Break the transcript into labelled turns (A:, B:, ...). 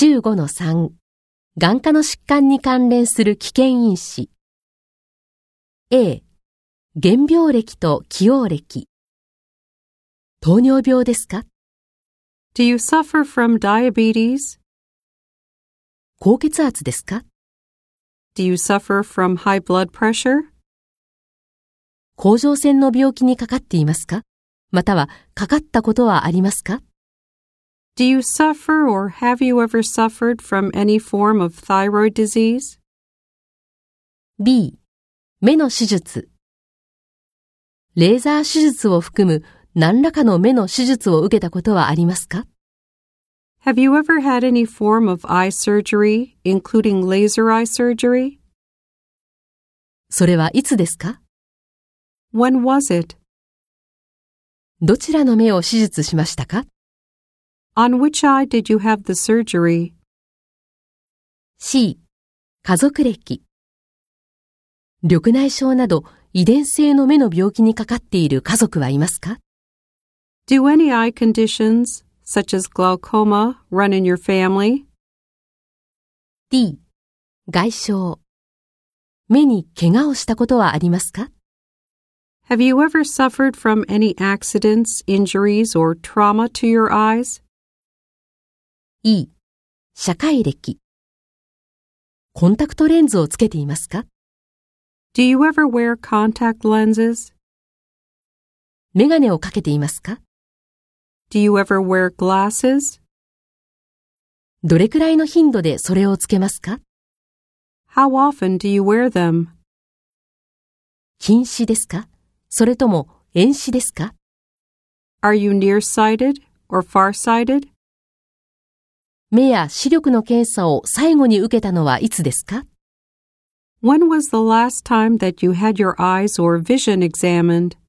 A: 15-3眼科の疾患に関連する危険因子 A 原病歴と既往歴糖尿病ですか
B: Do you suffer from diabetes?
A: 高血圧ですか
B: Do you suffer from high blood pressure?
A: 甲状腺の病気にかかっていますかまたはかかったことはありますか
B: Do you suffer or have you ever suffered from any form of thyroid disease?
A: B 目の手術レーザー手術を含む何らかの目の手術を受けたことはありますか
B: Have you ever had any form of eye surgery, including laser eye surgery?
A: それはいつですか
B: When was it?
A: どちらの目を手術しましたか
B: On which eye did you have the surgery?
A: C 家族歴緑内障など遺伝性の目の病気にかかっている家族はいますか
B: Do any eye conditions, such as glaucoma, run in your family?
A: D 外傷目に怪我をしたことはありますか
B: Have you ever suffered from any accidents, injuries, or trauma to your eyes?
A: E 社会歴コンタクトレンズをつけていますか
B: Do you ever wear contact lenses?
A: メガネをかけていますか
B: Do you ever wear glasses?
A: どれくらいの頻度でそれをつけますか
B: How often do you wear them?
A: 近視ですかそれとも遠視ですか
B: Are you nearsighted or farsighted?
A: 目や視力の検査を最後に受けたのはいつですか
B: When was the last time that you had your eyes or vision examined?